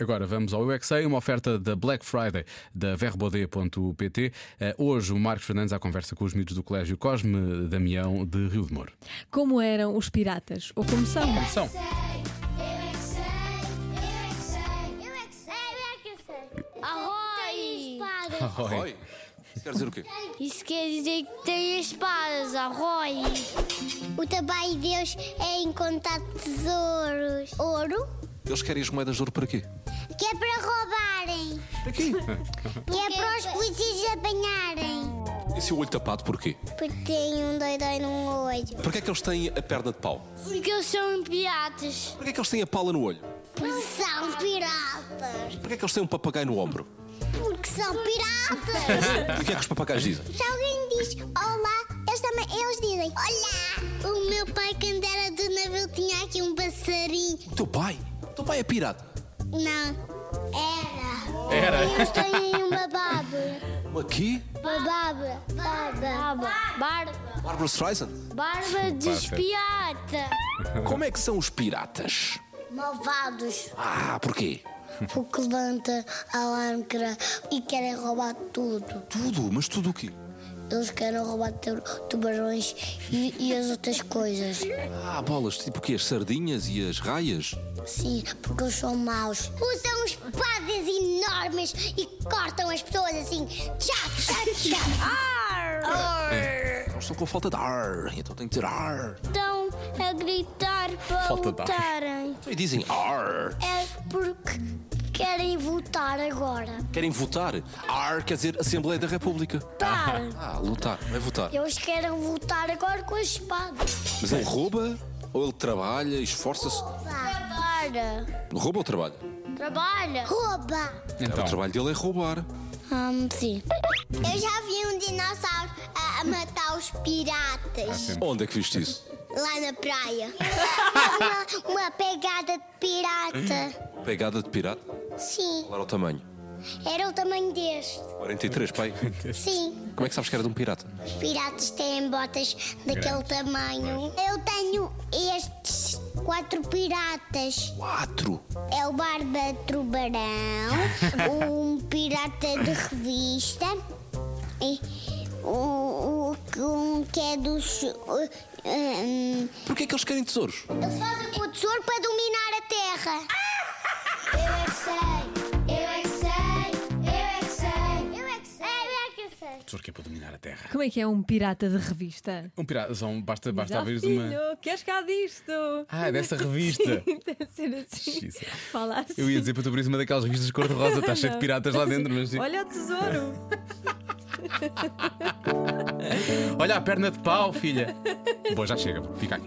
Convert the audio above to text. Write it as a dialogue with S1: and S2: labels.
S1: Agora vamos ao UXA, uma oferta da Black Friday da verbode.pt. Eh, Hoje o Marcos Fernandes à conversa com os miúdos do Colégio Cosme Damião de Rio de Moro.
S2: Como eram os piratas? Ou como são?
S1: São.
S3: Arroi!
S1: Oi.
S4: Isso quer dizer o quê?
S3: Isso quer dizer que tem espadas, arroi! O trabalho de Deus é encontrar tesouros. Ouro?
S4: Eles querem as moedas de ouro para quê?
S3: Que é para roubarem.
S4: Aqui.
S3: Que é para os polícias apanharem.
S4: E se o olho tapado, porquê?
S3: Porque tem um doidói num olho.
S4: Porquê é que eles têm a perna de pau?
S3: Porque um eles são piratas.
S4: Porquê é que eles têm a pala no olho?
S3: Porque são piratas.
S4: Porquê é que eles têm um papagaio no ombro?
S3: Porque são piratas.
S4: E o que é que os papagaios dizem?
S3: Se alguém diz olá, eles também eles dizem olá. O meu pai, quando era do navio, tinha aqui um passarinho.
S4: O teu pai? O teu pai é pirata.
S3: Não, era. Era? Eles têm uma bárbara.
S4: Aqui?
S3: Uma bárbara. Bárbara. Bárbara.
S4: Bárbara Streisand?
S3: Bárbara despiata.
S4: Como é que são os piratas?
S3: Malvados.
S4: Ah, porquê?
S3: Porque levanta a âncora e querem roubar tudo.
S4: Tudo, mas tudo o quê?
S3: Eles querem roubar tu- tubarões e, e as outras coisas.
S4: Ah, bolas, tipo o quê? As sardinhas e as raias?
S3: Sim, porque eles são maus. Usam espadas enormes e cortam as pessoas assim. Tchá, tchá, tchá.
S4: Eles estão com falta de ar, então tem que dizer ar.
S3: Estão a gritar para
S1: Falta de ar.
S3: votarem.
S4: Então, e dizem ar.
S3: É porque querem votar agora.
S4: Querem votar? Ar quer dizer Assembleia da República.
S3: Tá.
S4: Ah, lutar, não é votar.
S3: Eles querem votar agora com as espadas.
S4: Mas ele rouba ou ele trabalha, esforça-se?
S3: Trabalha.
S4: Rouba ou trabalha?
S3: Trabalha. Rouba.
S4: O
S1: Então,
S4: trabalho dele é roubar.
S3: Hum, sim. Eu já vi um dinossauro a, a matar os piratas.
S4: Onde é que viste isso?
S3: Lá na praia. uma, uma pegada de pirata.
S4: Pegada de pirata?
S3: Sim,
S4: Qual era o tamanho?
S3: era o tamanho deste.
S4: 43, pai.
S3: Sim,
S4: Como é que sabes que era de um pirata?
S3: os piratas têm botas daquele tamanho. Eu tenho estes quatro piratas.
S4: Quatro!
S3: É o Barba Tubarão, um pirata de revista, e o, o- um que é dos. uh, um,
S4: Porquê é que eles querem tesouros?
S3: eles fazem com o tesouro para dominar a terra. Eu é que sei, eu é que sei, eu é que sei, eu é que sei, eu é que sei.
S1: tesouro que é para dominar a Terra.
S2: Como é que é um pirata de revista?
S1: Um pirata, são- basta, basta
S2: Ah,
S1: abrir uma.
S2: filho, queres cá disto?
S1: Ah, é dessa revista.
S2: Sim, deve ser assim.
S1: Jesus.
S2: Falar assim.
S1: Eu ia dizer para tu abrir uma daquelas revistas de cor-de-rosa, está cheio de
S2: Não.
S1: piratas lá dentro, mas.
S2: Olha o tesouro.
S1: Olha a perna de pau, filha. Bom, já chega, fica aqui.